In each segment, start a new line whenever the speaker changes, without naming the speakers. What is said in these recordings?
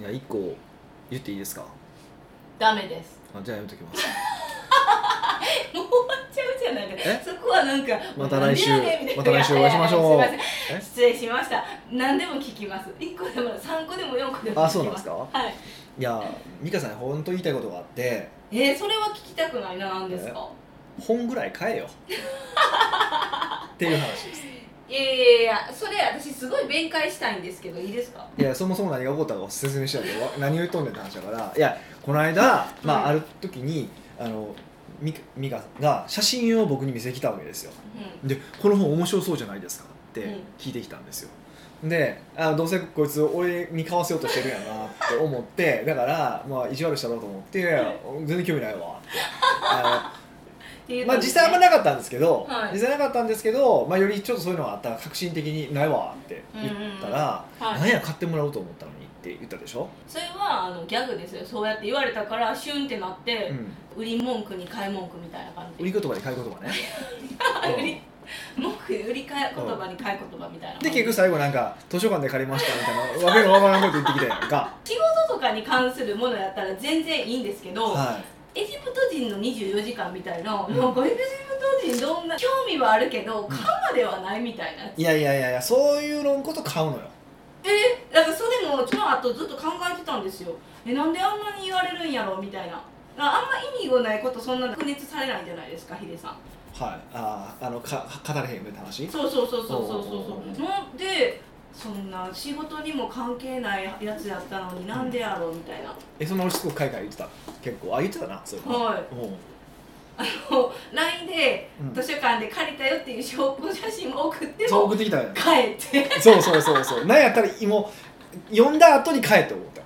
いや一個言っていいですか
ダメです
あじゃあやめときます
もう終わっちゃうじゃない
え
かそこはなんか
また来週
なんでやねんみたい な
また来週お会いしましょう
やややすいませ
え
ん失礼しました何でも聞きます一個でも三個でも四個でも聞きま
あ
す
そうなんですか
はい
いや美香さんに本当言いたいことがあって
えー、それは聞きたくないななんですか
本ぐらい買え よっていう話です
いやいやいやそれ私すごい弁解したいんですけどいいですか
いやそもそも何が起こったかを説明してないけど何を言っとんねんって話だからいやこの間、まあ、あ
うん
る時にあの美美香が写真を僕に見せてきたわけですよ
う
でこの本面白そうじゃないですかって
うん
聞いてきたんですよ、であどうせこいつ俺に買わせようとしてるやなって思って だからまあ意地悪したろうと思っていやいや全然興味ないわってあ
ん
のまあ実際あんまなかったんですけど、
はい
実際なかったんですけど、まあ、よりちょっとそういうのがあったら革新的にないわって言ったら、
うんうんはい
なんや買ってもらおうと思ったのにって言ったでしょ、
それはあのギャグですよそうやって言われたからシュンってなって、
うん、
売り文句に買い文句みたいな感じ
売り言葉に買い言葉ね
売り文句売り買い言葉に買い言葉みたいな
で結局最後なんか図書館で借りましたみたいなわけのわからんこと言ってきて が、
仕事とかに関するものやったら全然いいんですけど、
はい、
エジプト人の24時間みたいな、
うん
なんかエジプト人どんな興味はあるけど買うまではないみたいな、
いやいやいやいやそういう論こそ買うのよ
えだからそれもその後ずっと考えてたんですよえなんであんなに言われるんやろみたいなああんま意味がないことそんな白熱されないじゃないですかヒデさん
はいあーあのか語れへんよねって話
そうそうそうそうそうそ
おう
う
おうおう
そうなんでそんな仕事にも関係ないやつやったのになんでやろうみたいな、
えそんな俺しつこく海外言ってた結構あ言ってたなそういうの
はい
うん
もう LINE で
うん
図書館で借りたよっていう証拠写真も送って
そう送
も
ってきたよね
帰って
そうそうそうそうなんやったらもう読んだ後に帰って思った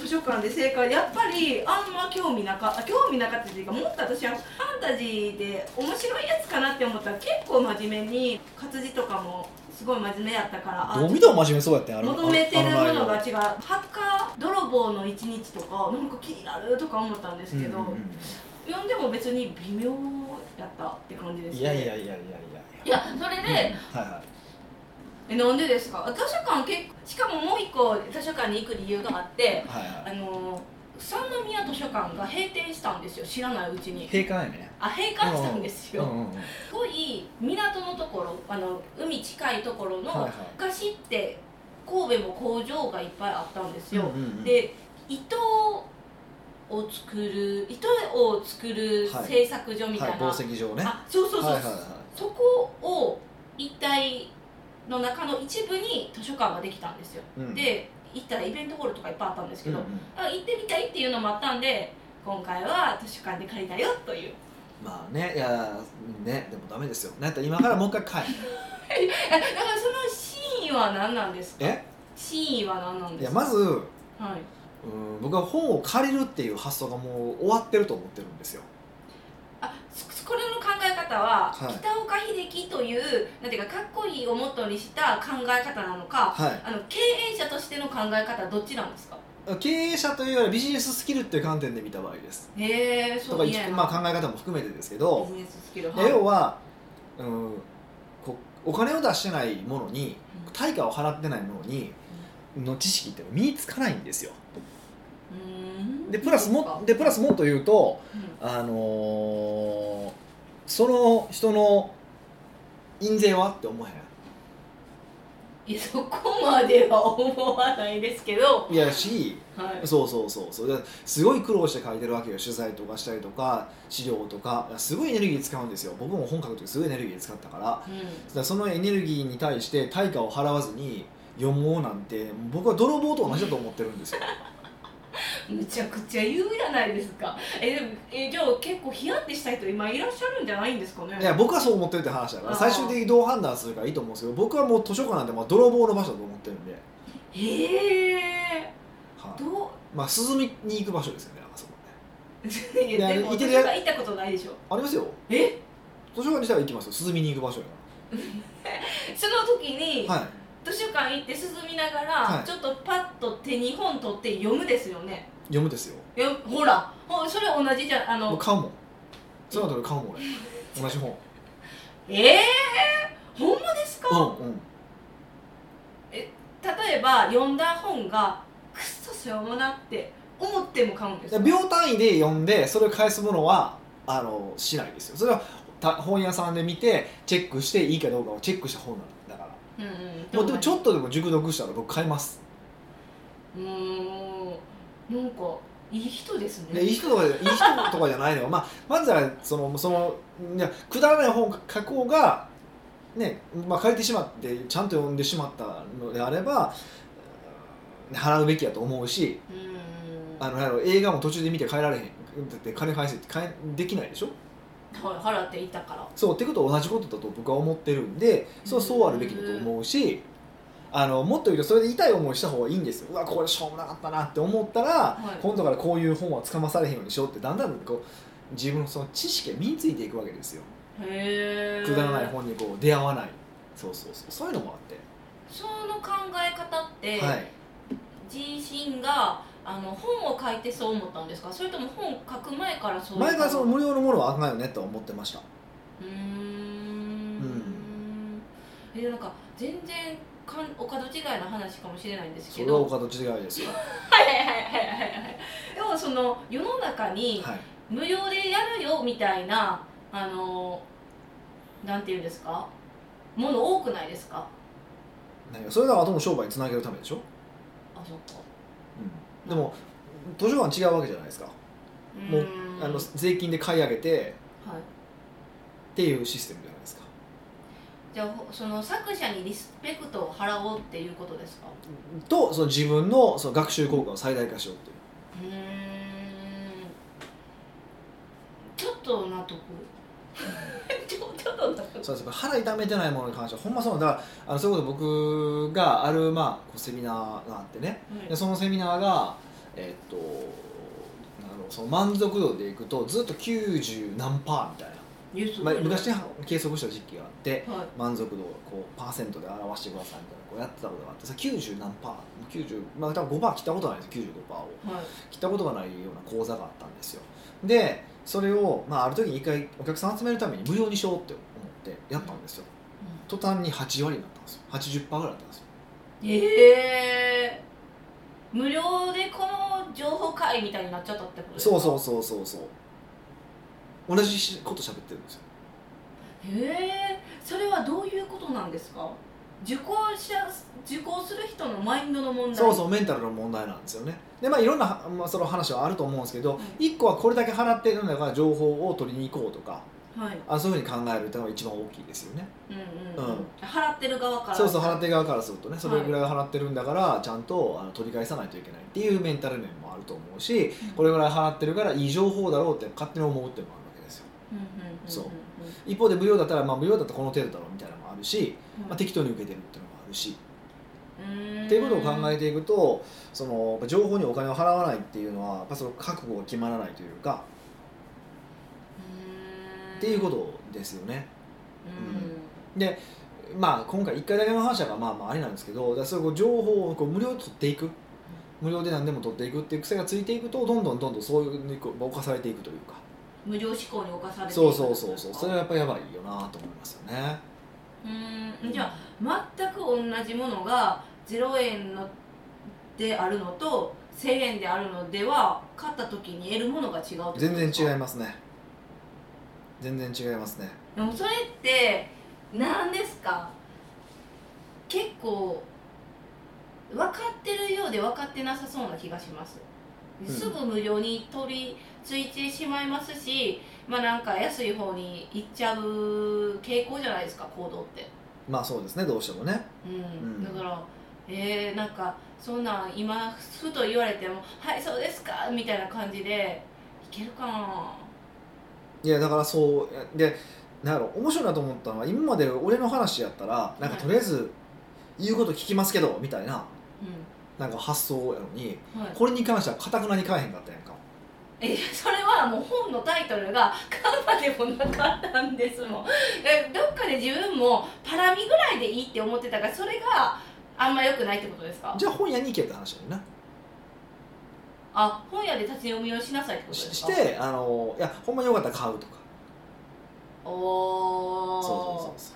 図書館で正解やっぱりあんま興味なかあ興味なかったっていうかもっと私はファンタジーで面白いやつかなって思ったら結構真面目に活字とかもすごい真面目やったからあ
どう見ても真面目そうやってんあの
求めてるも
あ
の
の
が
内
違うハッカー泥棒の一日とかなんか気になるとか思ったんですけ
容
ど、
うんうんうん
読んでも別に微妙やったって感じです、ね、
いやいやいや
い
いやいやいや
やそれで、
はいはい
えなんでですか図書館結構しかももう一個図書館に行く理由があって
はいは
あ
い
のー三宮図書館が閉店したんですよ知らないうちに
閉館やね
あ閉館したんですよ、
うんうんうんはい
すごい港のところあの海近いところの、
はい
昔って神戸も工場がいっぱいあったんですよ、
うんうんうん
で糸を作る糸を作る
はい
製作所みたい
はい
な、
宝石場ねは
あそうそう
い
そう、
はいは
そこを一体の中の一部に図書館ができたんですよ、
いうん
で行ったらイベントホールとかいっぱいあったんです
う
け
んう
ど、
ん
あ行ってみたいっていうのもあったんで今回は図書館で借りたよという
まあねいやねでもダメですよなんやったら今からもう一回帰る
えだからその真意は何なんですか
え
真意は何なん
い
で
や
すか
まず
はい、
うん僕は本を借りるっていう発想がもう終わってると思ってるんですよ
あそこれの考え方は、
はい
北岡秀樹というなんていうかかっこいいをモットーにした考え方なのか
はい
あの経営者としての考え方どっちなんですか
経営者というよりビジネススキルっていう観点で見た場合です
へえ
と
そ
か
う
一
いや
まあ、考え方も含めてですけど
ビジネススキル
要は、うん、こお金を出してないものに対価を払ってないものにの知識って身につかないんですよでプラスもでプラ
ス、
スもっと言うと
うん
あのーその人の印税はって思え
いやそこまでは思わないですけど、
へんいやし
はい、
そうそうそうそうだからすごい苦労して書いてるわけよ取材とかしたりとか資料とかすごいエネルギー使うんですよ僕も本書く時すごいエネルギー使ったからだか
うん
らそのエネルギーに対して対価を払わずに読もうなんて僕は泥棒と同じだと思ってるん ですよ
むちゃくちゃ言うじゃないですかえでもえじゃあ結構ヒヤってした人今いらっしゃるんじゃないんですかね
いや僕はそう思ってるって話だから最終的にどう判断するかいいと思うんですけど僕はもう図書館なんてまあ泥棒の場所だと思ってるんで、
へえ
はい
ど
まあ涼みに行く場所ですよねあそこね
う いや
いや
でも
いてる
私
や
が行ったことないでしょ
ありますよ
え
図書館自体は行きますよ涼みに行く場所やか
その時に、
らはい
図書館行って涼みながら、
はい
ちょっとパッと手に本取って読むですよね
読むですよ
いやほらほそれ同じじゃあ
もう
の
買うもんその後で買う もん俺同じ本
ええー、ほんまですか、
うんうん
例えば読んだ本がクソしょうもなって思っても買うんですよ
秒単位で読んでそれを返すものはあのしないですよそれはた本屋さんで見てチェックしていいかどうかをチェックした本なんだから
うんうん
もうでもちょっとでも熟読したら僕買います
うーんなんかいい人ですね
でいい人とかじゃいい人とかじゃないのよ、まあ、まずはそのそのいやくだらない本を書こうが、ねまあ、借りてしまってちゃんと読んでしまったのであればうん払うべきやと思うし
うーん
あのなんやろ映画も途中で見て帰られへんだって金返せって返できないでしょ
はい払っていたから
そうってことは同じことだと僕は思ってるんでそうそうあるべきだと思うしあのもっと言うとそれで痛い思いした方がいいんですようわこれしょうもなかったなって思ったら、
い
今度からこういう本はつかまされへんようにしようってだんだんこう自分のその知識が身についていくわけですよ
へえ
くだらない本にこう出会わないそうそうそうそういうのもあっ
その考え方って、
て、はい、
自身があの本を書いてそう思ったんですかそれとも本書く前からそう
前からその
う
無料のものはあかんよねとは思ってました
ーんえなんか全然かんお門違いの話かもしれないんです
そ
け
れは
ど
お門違いですよ、
はいはいはいはいはいはい要はその世の中に
はい、
無料でやるよみたいなあのなんていうんですかもの多くないですか
何がそれが後の商売につなげるためでしょ、
あそこ
うん、でも図書館違うわけじゃないですかもうあの
はい
税金で買い上げてっていうシステムじゃないですか
じゃあその作者にリスペクトを払おうっていうことですか
とその自分のその学習効果を最大化しようっていう
うーんちょっと納得 ちょちょっと納得
そうです腹痛めてないものに関してはほんまそうなんだだからあのそういうこと僕がある、まあ、こうセミナーがあってねでそのセミナーがえっとなんだろうその満足度でいくとずっと90何パーみたいな、
ニュース
まあ、昔ね計測した時期があって
はい
満足度をこうパーセントで表してくださいみたいなこうやってたことがあってさ90何パー90まあ多分5パー切ったことがないです95パーを
はい
切ったことがないような講座があったんですよでそれを、まあ、ある時に一回お客さん集めるために無料にしようって思ってやったんですよ途端に8割になったんですよ80%ぐらいだったんですよ
うんええ無料でこの情報会みたいになっちゃったってことですか
そうそううそうそうそう同じしこと喋ってるんですよ
へえそれはどういうことなんですか受講者受講する人のマインドの問題
そうそうメンタルの問題なんですよねでまあいろんな、まあ、その話はあると思うんですけど1個はこれだけ払ってるんだから情報を取りに行こうとか
はい
あそういうふうに考えるっていうのが一番大きいですよね
うんうん、
うん
払ってる側から
そうそう払っててる側からするとねそれぐらい払ってるんだからちゃんとあの取り返さないといけないっていうメンタル面もあると思うしこれぐらい払ってるからいい情報だろうって勝手に思うっていうのもあるわけですよ
うんうんうんうん
そう一方で無料だったらまあ無料だったらこの程度だろうみたいなのもあるし、まあ、
はい
適当に受けてるっていうのもあるし
うん
っていうことを考えていくとそのやっぱ情報にお金を払わないっていうのはやっぱその覚悟が決まらないというかっていうことですよね。
う
まあ、今回1回だけの話だからまあまああれなんですけどだからそういうこう情報をこう無料で取っていく無料で何でも取っていくっていう癖がついていくとどんどんどんどんそういうのにこう侵されていくというか
ん無料志向に侵されていく
そうそうそうそうそれはやっぱやばいよなと思いますよね。
うんじゃあ全く同じものが0円のであるのと1000円であるのでは買った時に得るものが違うってことです
全
か
然違いますね全然違いますね
でもそれって何ですか結構分かってるようで分かってなさそうな気がします、
ん
すぐ無料に取り付いてしまいますしまあなんか安い方に行っちゃう傾向じゃないですか行動って、
まあそうですねどうしてもね
うん
うん
だからえー、なんかそんなん今ふと言われても「はいそうですか」みたいな感じでいけるかない
やだからそうでなんやろ面白いなと思ったのは今まで俺の話やったらなんかとりあえず言うこと聞きますけどみたいな
う
なんか発想やのに
んはい
これに関してはかたくなに買えへんかったやんか
えそれはもう本のタイトルが「カンパでもなかったんですもん」えどっかで自分もパラミぐらいでいいって思ってたからそれがあんま良くないってことですか
じゃあ本屋に行けって話だよね
あ本屋で立ち読みをしなさいってことで
し
す
し
か
てあのいやほんまによかったら買うとか
お
そ
お
うそうそ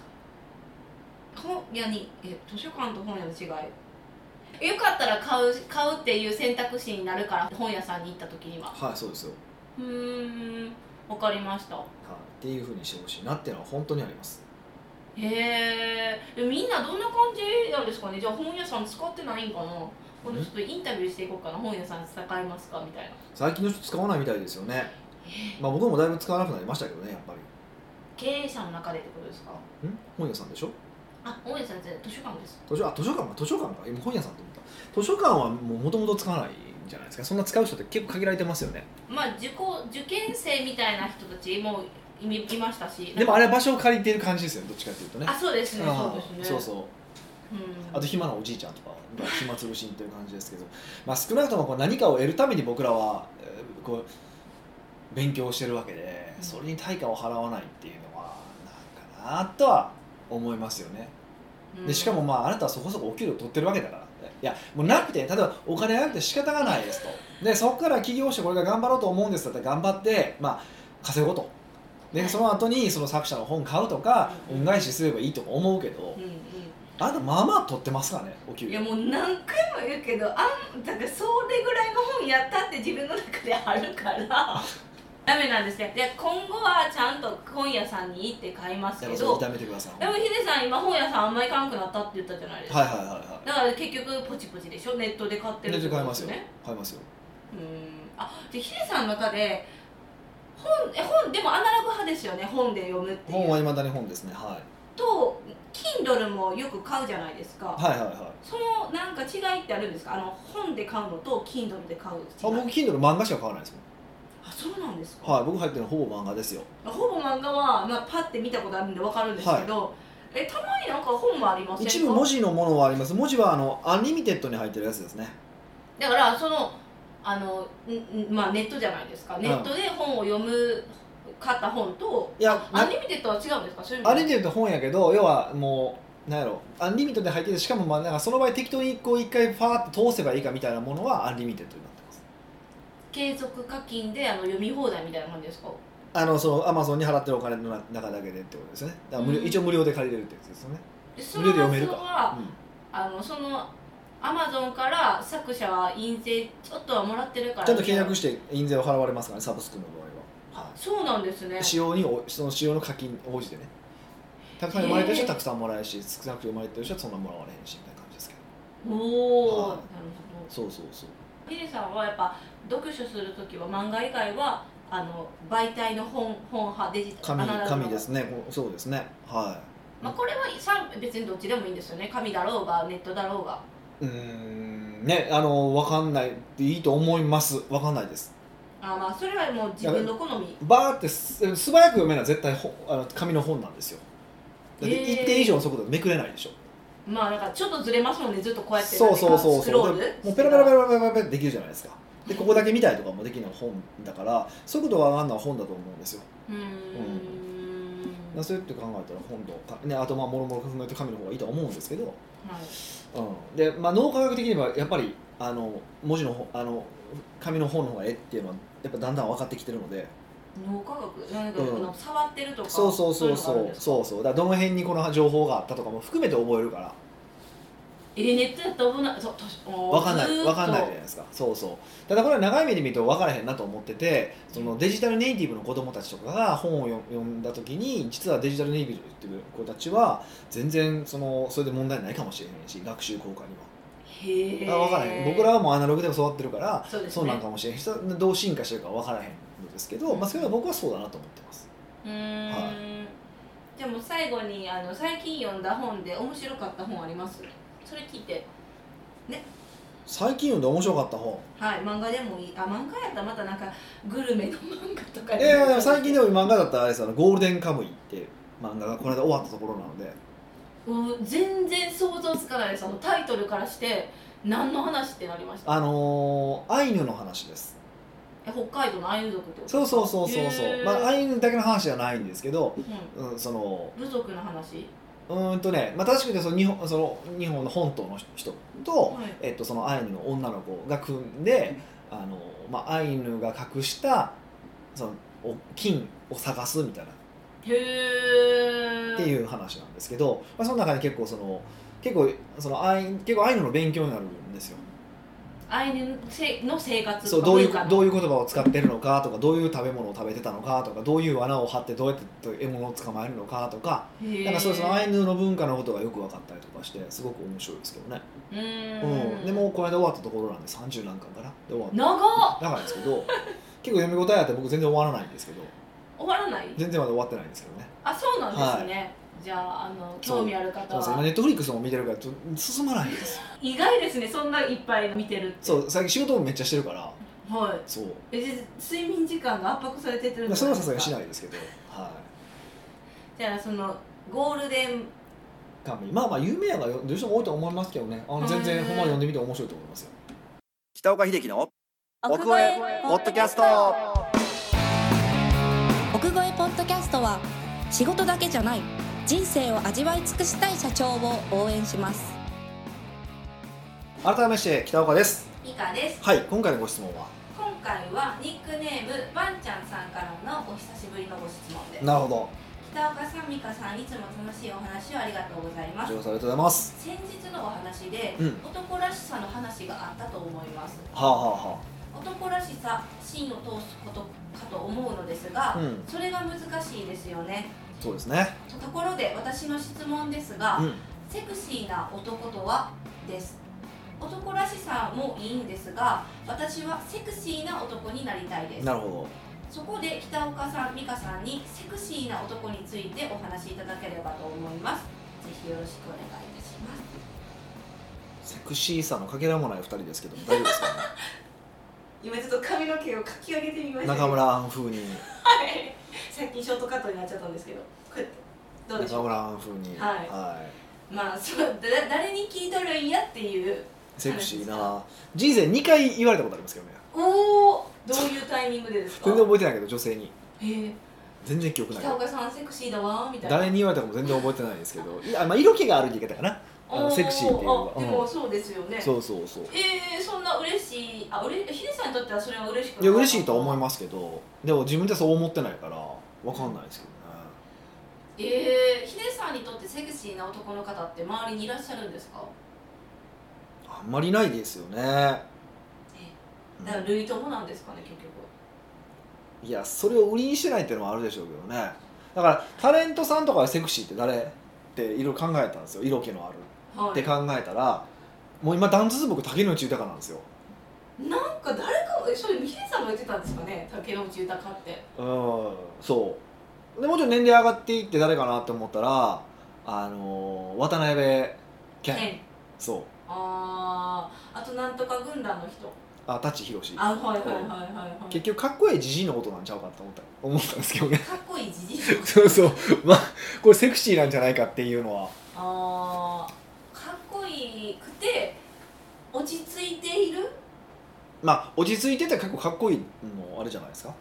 うそう
本屋にえ図書館と本屋の違いよかったら買う買うっていう選択肢になるから本屋さんに行った時には
はいそうですよ、は
うーんわかりました
い、っていうふうにしてほしいなっていうのは本当にあります
へえみんなどんな感じなんですかねじゃあ本屋さん使ってないんかな今度ちょっとインタビューしていこうかな本屋さん使いますかみたいな
最近の人使わないみたいですよね
え
まあ僕もだいぶ使わなくなりましたけどねやっぱり
経営者の中でってことですか
ん本屋さんでしょ
あ本屋さんって図書館です
図書あ図書館か図書館か今本屋さんと思った図書館はもともと使わないんじゃないですかそんな使う人って結構限られてますよね
まあ受講受験生みたいな人たちもいみいましたし
でもあれは場所を借りてる感じですよねどっちかっていうとね
あそうですね
あ
そ
ー
うですね
そうそう
うん、
あと暇なおじいちゃんとかが暇つぶしにという感じですけど、まあ、少なくともこう何かを得るために僕らはえーこう勉強してるわけで
うん
それに対価を払わないっていうのはなんかなとは思いますよね
うん
でしかもまああなたはそこそこお給料取ってるわけだからいやもうなくて例えばお金がなくて仕方がないですとでそこから起業してこれから頑張ろうと思うんですだったら頑張って、まあ、稼ごうとでその後にその作者の本買うとか
うん
恩返しすればいいとか思うけど
うんうん
あなたまあまあ取ってますからねお給
い
料
やもう何回も言うけどあんだからそれぐらいの本やったって自分の中であるから ダメなんですねで今後はちゃんと本屋さんに行って買います
だ
け
からそれ
ど
炒めてください
でもヒデさん今本屋さんあんまり行かなくなったって言ったじゃないですか、
はいはいはいは
だから結局ポチポチでしょネットで買っ
い
てる
で
ってこ
買い
と
ま
ですす
よ
ね
買いますよ
うんあでヒデさんの中で本え本でもアナログ派ですよね本で読むって
本
い
は
う
未だに本ですねはい
と Kindle もよく買うじゃないですか、
はいはいはい
そのなんか違いってあるんですかあの本で買うのと Kindle で買う
あ僕
違い
Kindle 漫画しか買わないですも
あそうなんですか、
んはい僕入ってるのほぼ漫画ですよ
ほぼ漫画は、まあ、パッて見たことあるんでわかるんですけど、えたまになんか本もありませんか
一部文字のものはあります文字はあのアンリミテッドに入ってるやつですね
だからそのあのんんまあネットじゃないですかネットで本を読む買った本と
いや
アンリミテッドは違うんですかそういう意
アン
味
リ
で
ミテッド本やけど要はもうなんやろアンリミテッドで入っててしかもまあなんかその場合適当にこう一回ファーって通せばいいかみたいなものはアンリミテッドになってます
継続課金であの読み放題みたいな感じですか
あのそのアマゾンに払ってるお金の中だけでってことですよねだから無料、
うん
一応無料で借りれるってやつですよね、
でそ
無
の
料で読める
発
か
想は
うん
あのそのアマゾンから作者は印税ちょっとはもらってるから
ちゃんと契約して印税を払われますからねサブスクの場合は、は
そうなんですね
い、使用におその使用の課金に応じてねたくさん読まれてる人はたくさんもらえるし少なく読まれてる人はそんなもらわれへんしみたいな感じですけど
おお、
はい
なるほ
そうそうそう
どヒデさんはやっぱ読書する時は漫画以外はあの媒体の本本派デジタル
紙
アナログの
紙ですねこうそうですねは
まあ、これはさん別にどっちでもいいんですよね紙だろうがネットだろうが
いうーんねあの分かんないでいいと思います分かんないです
あまあそれはもう自分の好み
バーってす素早く読めない絶対ほあの紙の本なんですよだって
へー
一定以上の速度でめくれないでしょ
まあなんかちょっとずれますもんねずっとこうやって
そうそうそう
スク
そ
ロ
う
ール
もうペラペラペ
ラ
ラペラペラペラできるじゃないですかでここだけ見たいとかもできるのは本だから速度が上がるのは本だと思うんですよ
うーん
まあそうやって考えたら本とか、ね、あとまあもろもろ含めて紙の方がいいとは思うんですけど、
はい
うん、で、まあ、脳科学的にはやっぱりあの文字の方あの紙の本の方がええっていうのはやっぱだんだん分かってきてるので
脳科学なんか、
うん
あの触ってるとか
そうそうそう
いのがあ
そ
るん
う
ですか
そうそうだからどの辺にこの情報があったとかも含めて覚えるから
えー、ネットやったら危ないそう確か
分かんない
ずーっと
分かんないじゃないですかそうそうただこれは長い目で見ると分からへんなと思っててそのデジタルネイティブの子供たちとかが本を読読んだ時に実はデジタルネイティブの子たちは全然そのそれで問題ないかもしれへんし学習効果には。
へえ
あ分からへん僕らはもうアナログでも育ってるから
そうです
そう
ね
なんかもしれへん人どう進化してるか分からへんのですけど、まあ、それは僕はそうだなと思ってます
うーん、
は
じゃあもう最後にあの最近読んだ本で面白かった本ありますそれ聞いて
最近読んで面白かった本
はい漫画でもいいあ漫画やったらまたなんかグルメの漫画とか
いやいやいや最近でも漫画だったらあれですよあのゴールデンカムイ」っていう漫画がこの間終わったところなので
も全然想像つかないですあのタイトルからして何の話ってなりました
あのーアイヌの話です
え北海道のアイヌ族ってこと
そうそうそうそうそ
へ
う、
ー
まあ、アイヌだけの話じゃないんですけど、
う
うん、その
ん、部族の話
うーんとね、まあ、確かにその日本その日本の本島の人と、
はい
えっと、そのアイヌの女の子が組んで、あのまあ、アイヌが隠したそのお金を探すみたいな
へえ
って
う
いう話なんですけど、まあ、その中に結構その結構そのアイ結構アイヌの勉強になるんですよ
アイヌせの生活
そうどういう
文化の
どういう言葉を使ってるのかとかどういう食べ物を食べてたのかとかどういう罠を張ってどうやって獲物を捕まえるのかとか
へー
なんかそういうそのアイヌの文化のことがよく分かったりとかしてすごく面白いですけどね、
うーん
うん、でもうこの間終わったところなんで30何巻かなで終わった
長っ
だからですけど結構読み応えあって僕全然終わらないんですけど
終わらない
全然まだ終わってないんですけどね
あそうなんですね、じゃああの
そう
興味ある
そう
方
ですね今
は
ネットフリックスも見てるからちょっと進まないんですよ
意外ですねそんないっぱい見てるって
そう最近仕事もめっちゃしてるから
はい
そう
えじゃあ睡眠時間が圧迫されてってるん
まあ
じ
そ
ゃ
れはいさ
なです
すが
か
にしないですけどはい
じゃあそのゴールデン
カンパニーまあまあ有名やがどうしても多いと思いますけどねあの全
う
然ほ
ん
んま読んでみて面白いと思いますよ北岡秀樹の奥越
ポッドキャスト奥越えポッドキャストは仕事だけじゃない人生を味わい尽くしたい社長を応援します
改めまして北岡です
以下です
はい今回のご質問は
今回はニックネームばんちゃんさんからのお久しぶりのご質問です
なるほど
北岡さん美香さんいつも楽しいお話をありがとうございま
こち
す
らこそありがとうございます
先日のお話で、
うん
男らしさの話があったと思います
はあは
男らしさ芯を通すことかと思うのです
あはあ
が、
うん
それが難しいですよね
そうですね
ところで私の質問ですが、
うん
セクシーな男とはです男らしさもいいんですが私はセクシーな男になりたいです
なるほ
そこで北岡さん美香さんにセクシーな男についてお話しいただければと思いますぜひよろしくお願いいたします
どセクシーさのかけらもない二人ですけども大丈夫ですか、
今ちょっと髪の毛をかき上げてみま
ね、
した
中村風に
はい最近ショートカットになっちゃったんですけどこうやってどうでし
中
ょう
村風に
はいまあそうだ誰に聞いとるんやっていう
セクシーな人生二回言われたことありますけどね
おおどういうタイミングでですか
全然覚えてないけど女性に
えー
全然記憶ない
北岡さんセクシーだわーみたいな
誰に言われたかも全然覚えてないですけどいや、まあ、色気があるって言い方かなあの
お
セクシーっていうのは
あでもそうですよね
そうそうそう
えー、そんな嬉しいあうれヒデさんにとってはそれは嬉しくない
いや嬉しいとは思い
ま
ますけどでも自分でそう思ってないからわかんないですけ
すえー、ヒデさんにとってセクシーな男の方って周りにいらっしゃるんですか
どねあんまりないですよね
だから
うん
類友なんですかね結局
いやそれを売りにしてないっていうのもあるでしょうけどねだからタレントさんとかでセクシーって誰っていろいろ考えたんですよ色気のある
は
って考えたらもう今ダントツ僕竹野内豊なんですよ
なんか誰かえそれヒデさんも言ってたんですかね竹野内豊って
うんそうでもうちろん年齢上がっていって誰かなって思ったらあのー渡辺謙、
ね
そう
あーあとなんとか軍団の人
あ舘ひろし
あはいはいはいはいはい
結局かっこいいじじいのことなんちゃうかと思った思ったんですけどね
かっこいいじじい
そうそうまあこれセクシーなんじゃないかっていうのは
あーかっこいくて落ち着いている
まあ落ち着いてて結構かっこいいのあれじゃないですか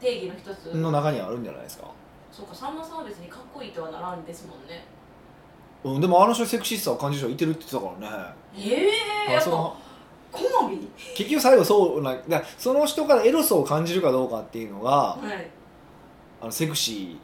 定義の一つ、
の中にはあるんじゃないですか、
そうかさんまさんは別にかっこいいとはならんですもんね
うん、でもあの人セクシーさを感じる人いてるって言ってたからね
ええー、や
あ
っ
そ
ぱ
の
好み
結局最後そうなだからその人からエロさを感じるかどうかっていうのが
はい
あのセクシ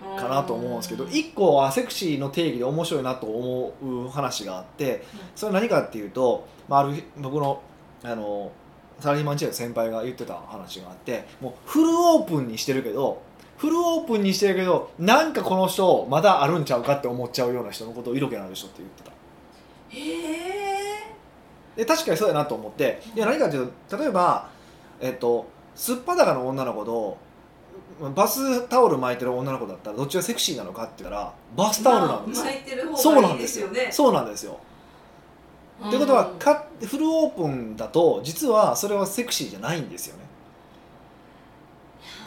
ーかなと思うんですけど一個はセクシーの定義で面白いなと思う話があってそれは何かっていうと、まあ、ある僕のあのサラリーマン時代の先輩が言ってた話があってもうフルオープンにしてるけどフルオープンにしてるけどなんかこの人まだあるんちゃうかって思っちゃうような人のことを色気のある人って言ってた
え
で
え
確かにそうやなと思っていや何かっていうと例えばえっとすっぱだかの女の子とバスタオル巻いてる女の子だったらどっちがセクシーなのかって言ったらバスタオルなんですよ、
巻いてる
そ
方
うな
が
いん
い
で
ですす
よ
よね
そうなんですよ
うん
ということはかフルオープンだと実はそれはセクシーじゃないんですよね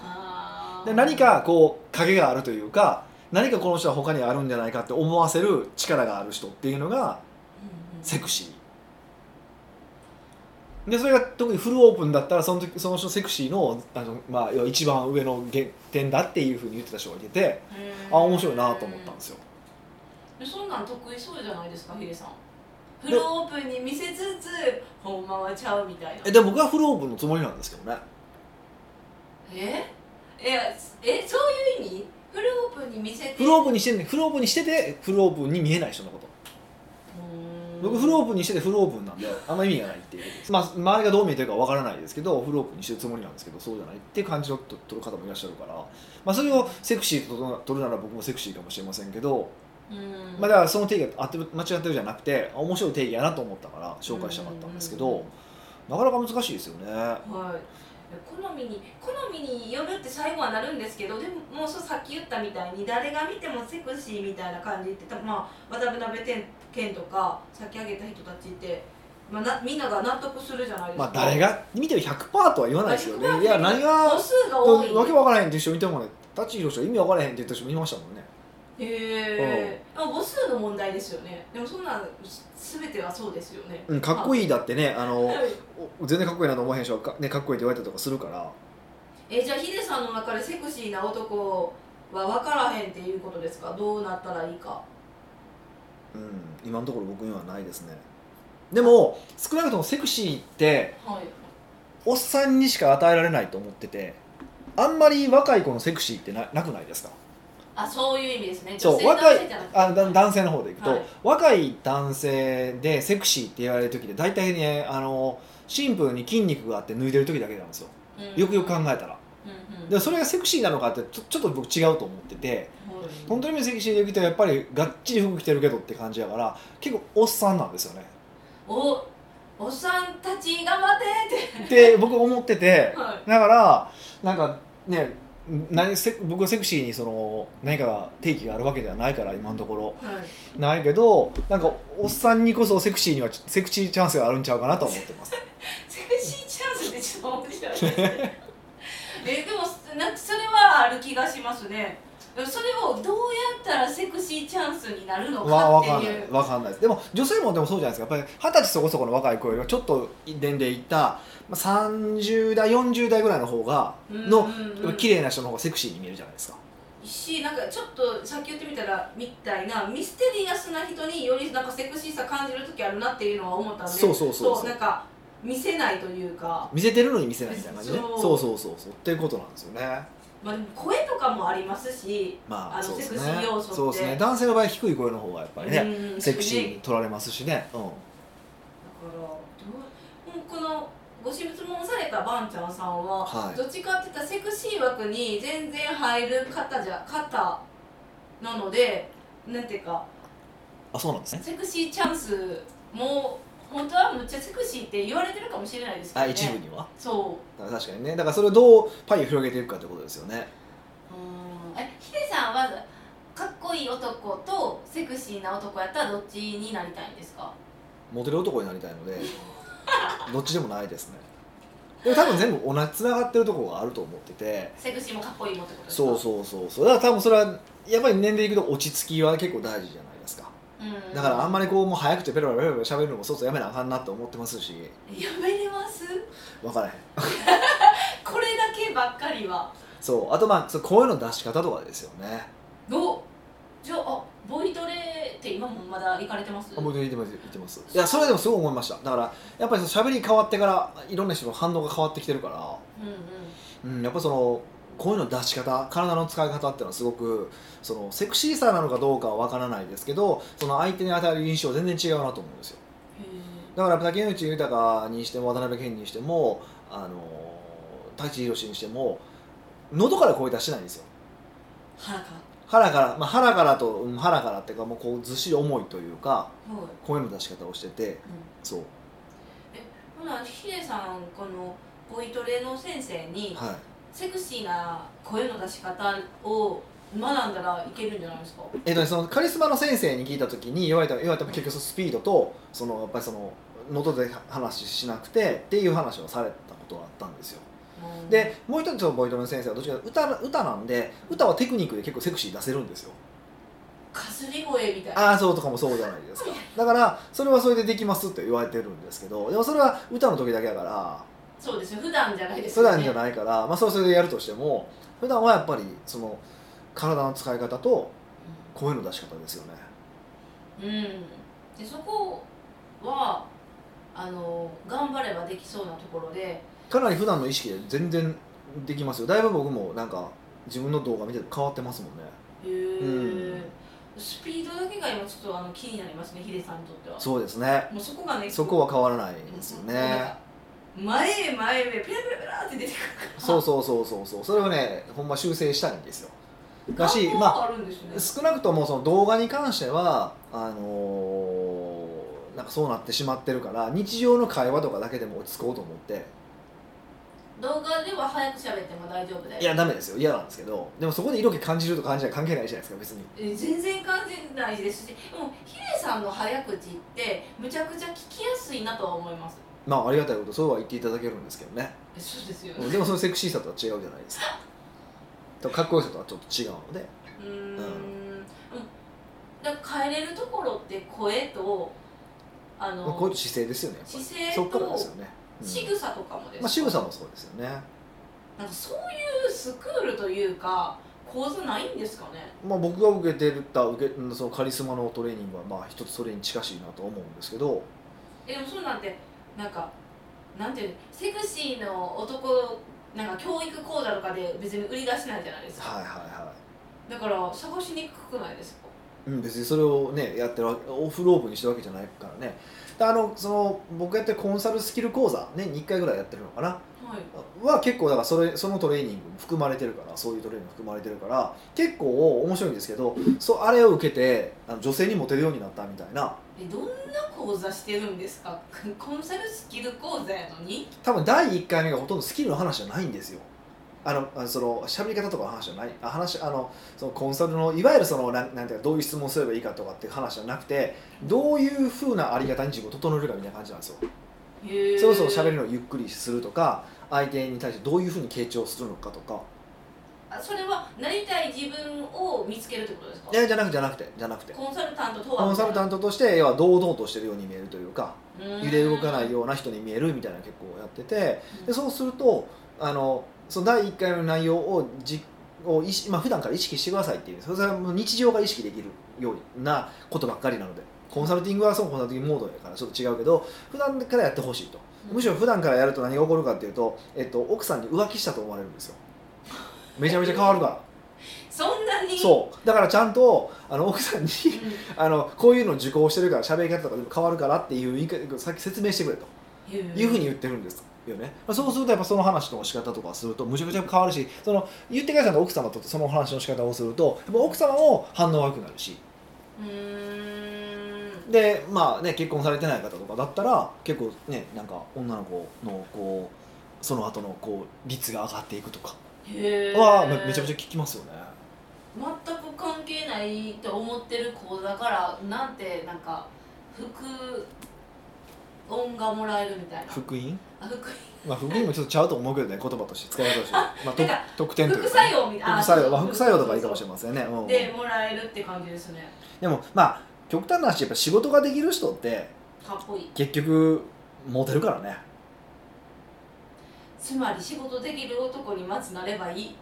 あー
で何かこう影があるというか何かこの人は他にあるんじゃないかって思わせる力がある人っていうのが
うんうん
セクシーでそれが特にフルオープンだったらその時その人セクシーのあの、まあ、要は一番上の原点だっていうふうに言ってた人がいてて
うん
あ面白いなと思ったんですよ
でそんなん得意そうじゃないですかヒデさんフルオープンに見せつつほんまはちゃうみたいな
えで僕はフルオープンのつもりなんですけどね
えいやえそういう意味フルオープンに見せて
フルオープンにしてんねフルオープンにしててフルオープンに見えない人のこと僕フルオープンにしててフルオープンなんであんま意味がないっていうことです、まあ、周りがどう見えてるかわからないですけどフルオープンにしてるつもりなんですけどそうじゃないっていう感じをと取る方もいらっしゃるから、まあ、それをセクシーとと取るなら僕もセクシーかもしれませんけど、
うん
まあ、だからその定義が合ってる間違ってるじゃなくてあ面白い定義やなと思ったから紹介したかったんですけ
うんうん
どなかなか難しいですよね。
はい好みに好みによるって最後はなるんですけどでももうそうさっき言ったみたいに誰が見てもセクシーみたいな感じってたまあ渡辺謙とかさっき挙げた人たちって、まあ、なみんなが納得するじゃないですか。
まあ、誰が見てる100%とは言わないですよ
まあ
ね。いや何が
母数が多い
わけわからへんっていう人見てもね舘ひろしは意味わからへんって言った人もいましたもんね。
へえ母数の問題ですよねでもそんなんすべてはそうですよね
うん、かっこ
いい
いいだってねあのお全然かっこいいなと思わへんしか,、ね、かっこいいって言われたりとかするから
えじゃあヒデさんの中でセクシーな男は分からへんっていうことですかどうなったらいいか
うん今のところ僕にはないですねでも少なくともセクシーって
はい
おっさんにしか与えられないと思っててあんまり若い子のセクシーってななくないですか
あそういう意味ですね
そう
女性男性じゃなくて
あだ男性の方でいくと、
はい
若い男性でセクシーって言われる時って大体ねあのシンプルに筋肉があって脱いでる時だけなんですよよくよく考
うん
えたら
うんうん
でもそれがセクシーなのかってちょちょっと僕違うと思ってて
はい
本当にセクシーで行くとやっぱりがっちり服着てるけどって感じやから結構おっさんなんですよね
おおっさんたち頑張ってっ
って僕思ってて
て、はい
だからなんかね何セ僕はセクシーにその何かが定義があるわけではないから今のところ
はい、
ないけどなんかおっさんにこそセクシーにはセクシーチャンスがあるんちゃうかなと思ってます
セクシーチャンスってちょっと面白いですねえでもなんかそれはある気がしますねでもそれをどうやったらセクシーチャンスになるの
わわ
か
か
っ
ん
て
ない
いう
わかんないですでも女性もでもそうじゃないですかやっぱり二十歳そこそこの若い子よりはちょっと年齢いったまあ30代40代ぐらいの方がの
うんうんうん
綺麗な人の方がセクシーに見えるじゃないですか
しなんかちょっとさっき言ってみたらみたいなミステリアスな人によりなんかセクシーさ感じる時あるなっていうのは思ったんで
そうそうそうそう
なんか見せないというか、
見せてるのに見せないみたいな感じね
そう
そうそうそうそうっていうことなんですよね
まあ、でも声とかもありますし
まあ
あの
そうですね
セクシー要素って
そうですね男性の場合低い声の方がやっぱりね、
うん
セクシー
ね
に取られますしね、うん、
だからどうもうこのご質問されたばんちゃんさんは、
はい
どっちかって言ったらセクシー枠に全然入る方じゃ方なのでなんていうか
あそうなんですね
セクシーチャンスも本当はむっちゃセクシーって言われてるかもしれないですけど、
あ
ね、
一部には
そ
確かにねだからそれをどうパイを広げていくかってことですよね
ううんえヒデさんはかっこいい男とセクシーな男やったらどっちになりたいんですか
モテる男になりたいの でどっちでもないですねでも多分全部同じつながってるところがあると思ってて
セクシーもかっこいいもってことですか
そうそうそうそうだから多分それはやっぱり年齢いくと落ち着きは結構大事じゃないですか
うん
だからあんまりこうもう早口でペロペロペロペロ喋るのもそうそうやめなあかんなと思ってますし
やめれます
分からへん
これだけばっかりは
そうあとまあそう声の出し方とかですよね
どうじゃああボイトレって今もまだ行かれてます
あ僕言ってます言ってますいやそれでもすごい思いましただからやっぱりその喋り変わってからいろんな人の反応が変わってきてるから
うんうん
うん、やっぱその声の出し方体の使い方っていうのはすごくそのセクシーさなのかどうかは分からないですけどその相手に与える印象全然違うなと思うんですよだから竹内豊にしても渡辺謙にしてもあの舘ひろしにしても喉から声出してないんですよ
腹か
腹から、まあ、腹からと、うん腹からっていうかもうこうずっしり重いというか
はい、
声の出し方をしてて
うん
そう
ほなヒデさんこのボイトレの先生に
はい
セクシーな声の出し方を学んだらいけるんじゃないですか
えっとね、そのカリスマの先生に聞いた時に言われた言われた結局スピードとそのやっぱりその喉で話しなくてっていう話をされたことがあったんですよでもう一つのボイトレの先生はどっちかというと歌歌なんで歌はテクニックで結構セクシー出せるんですよ
かすり声みたいな
ああそうとかもそうじゃないですかだからそれはそれでできますって言われてるんですけどでもそれは歌の時だけだから
そうですよ普段じゃないです
普段じゃ
い
ないから、まあ、それはそれでやるとしても普段はやっぱりその体の使い方と声の出し方ですよね
うんでそこはあの頑張ればできそうなところで
かなり普段の意識で全然できますよだいぶ僕もなんか自分の動画見てて変わってますもんね
へえ、
うん
スピードだけが今ちょっとあの気になりますねヒデさんにとっては
そうですね
もうそこがね
そこは変わらないですよね
前へ前へペラペラペラって出てくる
そうそうそうそうそうそれをねほんま修正したいんですよだし
願望
まあ
があるんです
少
ね、
なくともその動画に関してはあのーなんかそうなってしまってるから日常の会話とかだけでも落ち着こうと思って
動画では早く喋っても大丈夫だよ
いやダメですよ嫌なんですけどでもそこで色気感じるとか感じない関係ないじゃないですか別に
え全然感じないですしでもヒデさんの早口ってむちゃくちゃ聞きやすいなとは思います
まあありがたいことそうは言っていただけるんですけどね
えそうですよ
でもそのセクシーさとは違うじゃないですかとかっこよさとはちょっと違うので
うーんうんだから変えれるところって声とあ
まあ、こういう
の
姿勢ですよねやっぱり
姿勢と
そっからですよね、うん
仕草とかもですか
まあ、仕草もそうですよね、
なんかそういうスクールというか講座ないんですかね
まあ、僕が受けてた受けうんそのカリスマのトレーニングはまあ一つそれに近しいなと思うんですけど
えでもそうなんてなんかなんていうのセクシーの男なんか教育講座とかで別に売り出してないじゃないですか、
はいはいは
だから探しにくくないですか
い、うん、別にそれをねやってるわけオフロープにしてるわけじゃないからねであのその僕やってるコンサルスキル講座年に1回ぐらいやってるのかな
はい
は結構だからそれそのトレーニングも含まれてるからそういうトレーニング含まれてるから結構面白いんですけどそうあれを受けてあの女性にモテるようになったみたいな
えどんな講座してるんですか コンサルスキル講座やのに
多分第1回目がほとんどスキルの話じゃないんですよあのあのその喋り方とかの話じゃないあ話あのそのコンサルのいわゆるそのなんなんていうかどういう質問すればいいかとかっていう話じゃなくてどういうふうなあり方に自分を整えるかみたいな感じなんですよ
へー
そろそろ喋るのをゆっくりするとか相手に対してどういうふうに傾聴するのかとか
あそれはなりたい自分を見つけるってことですか
いやじゃなくてじゃなくてじゃなくて
コンサルタントとは
コンサルタントとして要は堂々としてるように見えるというか揺れ動かない
よ
ような人に見えるみたいなの結構やっててでそうするとあのその第1回目の内容をじを意識、まあ普段から意識してくださいっていうそれはもう日常が意識できるようなことばっかりなのでコンサルティングはそのコンサルティングモードやからちょっと違うけど普段からやってほしいとむしろ普段からやると何が起こるかっていうと、えっと、奥さんに浮気したと思われるんですよめちゃめちゃ変わるから
そんなに
そうだからちゃんとあの奥さんに
うん
あのこういうの受講してるから喋り方とかでも変わるからっていう言い方さっき説明してくれというふうに言ってるんですよね、まあ、そうするとやっぱその話の仕方とかするとむちゃくちゃ変わるしその言ってくださった奥様とそのお話の仕方をするとやっぱ奥様も反応悪くなるし
うーん
でまあね結婚されてない方とかだったら結構ねなんか女の子のこうその後のこう率が上がっていくとか
へー
はめめちゃめちゃ聞きますよね
全く関係ないと思ってる講座からなんてなんか福音がもらえるみたいな
福音
あ福
まあ福音もちょっとちゃうと思うけどね言葉として使い方として、まあ、
なんか
と特典という
副
か
作用みたいな
副作用、まあ、副作用とかいいかもしれ
ま
ませんね、うん、
でもらえるって感じですね
でもまあ極端な話やっぱ仕事ができる人って
かっこいい
結局モテるからね
つまり仕事できる男にまずなればいい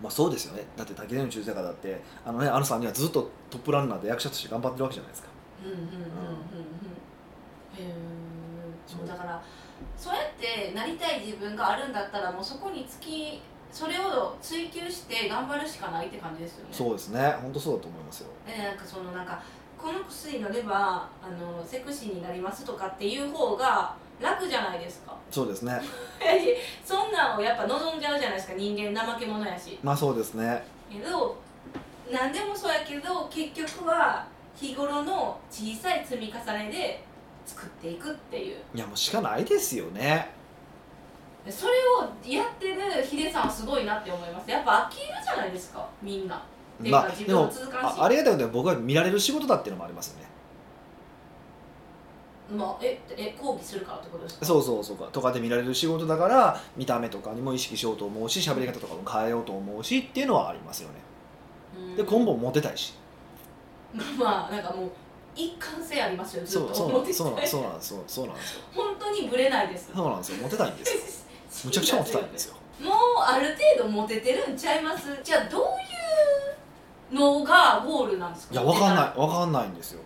まあそうですよねだって竹野内豊だってあのねあのさんにはずっとトップランナーで役者として頑張ってるわけじゃないですか
うんうんうんうんうんへえ
そう
だからそうやってなりたい自分があるんだったらもうそこにつきそれを追求して頑張るしかないって感じですよね
そうですね本当そうだと思いますよ
でなんかそのなんかこの薬乗ればあのセクシーになりますとかっていう方が楽じゃないですか
そうですね
そんなんをやっぱ望んじゃうじゃないですか人間怠け者やし
まあそうですね
けど何でもそうやけど結局は日頃の小さい積み重ねで作っていくっていう
いやもうしかないですよね
それをやってるヒデさんはすごいなって思いますやっぱ飽きるじゃないですかみんなっていう
ま
か
あ
自
で
分を
も
続かんし
あありがたいことに僕は見られる仕事だっていうのもありますよね
まあ、ええ抗議するからってことですか
そうそうそうかとかで見られる仕事だから見た目とかにも意識しようと思うし喋り方とかも変えようと思うしっていうのはありますよね
うん
で今後もモテたいし
まあなんかもう一貫性ありますよずっ
そ
と
うそう
思
な
っ
ん
て
そうなん
て
そうなんそうそうなんですよ
本当にブレないです
そうなんですよモテたいんですよむちゃくちゃモテたいんですよ
もうある程度モテてるんちゃいますじゃあどういうのがゴールなんですか
いやわかんないわかんないんですよ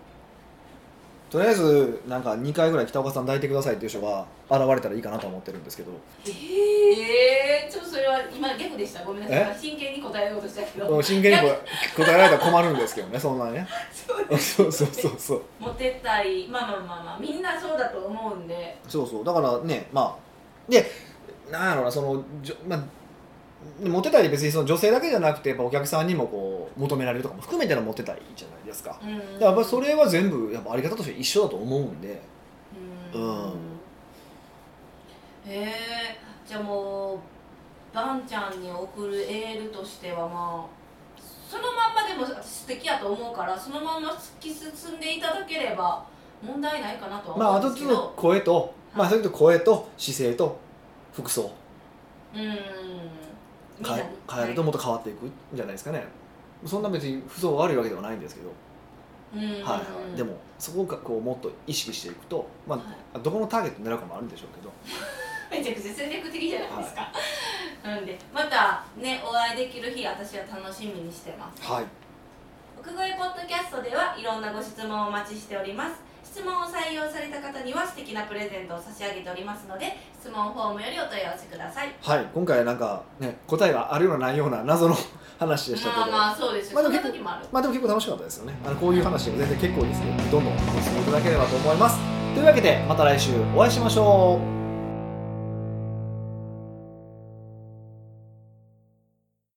とりあえずなんか2回ぐらい北岡さん抱いてくださいっていう人が現れたらいいかなと思ってるんですけど
えー、ちょっとそれは今逆でしたごめんなさい真剣に答えようとしたけど
真剣にこう答えられたら困るんですけどねそんな ね
そうです
そうそうそうそう
モテたいまあまあまあまあみんなそうだと思うんで
そうそうだからねまあでなんやろうなそのじょ、まあ、モテたいって別にその女性だけじゃなくてやっぱお客さんにもこう求められるとかも含めてのモテたいじゃないですかだか
うん
らやっぱりそれは全部やっぱあり方として一緒だと思うんで
う
うん
んへえじゃあもうばんちゃんに送るエールとしてはまあそのまんまでも私素敵やと思うからそのまんま突き進んでいただければ問題ないかなとは
まああ
思う
と
んです
ちょ
け
っと
ど、
声とまあそれと声と姿勢と服装
うんみん
変
な
え
に
変えるともっと変わっていくんじゃないですかねそんな別に服装が悪いわけではないんですけど、
うん
はいはい、でもそこをかこうもっと意識していくと、ま
はい
あ、どこのターゲット狙うかもあるんでしょうけど
めちゃくちゃ戦略的じゃないですか、なんでまたねお会いできる日私は楽しみにしてます
はい
奥越ポッドキャストではいろんなご質問をお待ちしております質問を採用された方には素敵なプレゼントを差し上げておりますので質問フォームよりお問い合わせください
はい、今回はなんかね答えがあるようなないような謎の話でしたけど、
まあまあそうです
ま
よ、
あで
そ
も
んな
結構
時もある
まあでも結構楽しかったですよねあのこういう話でも全然結構ですねどんどんお楽しみいただければと思いますというわけでまた来週お会いしましょう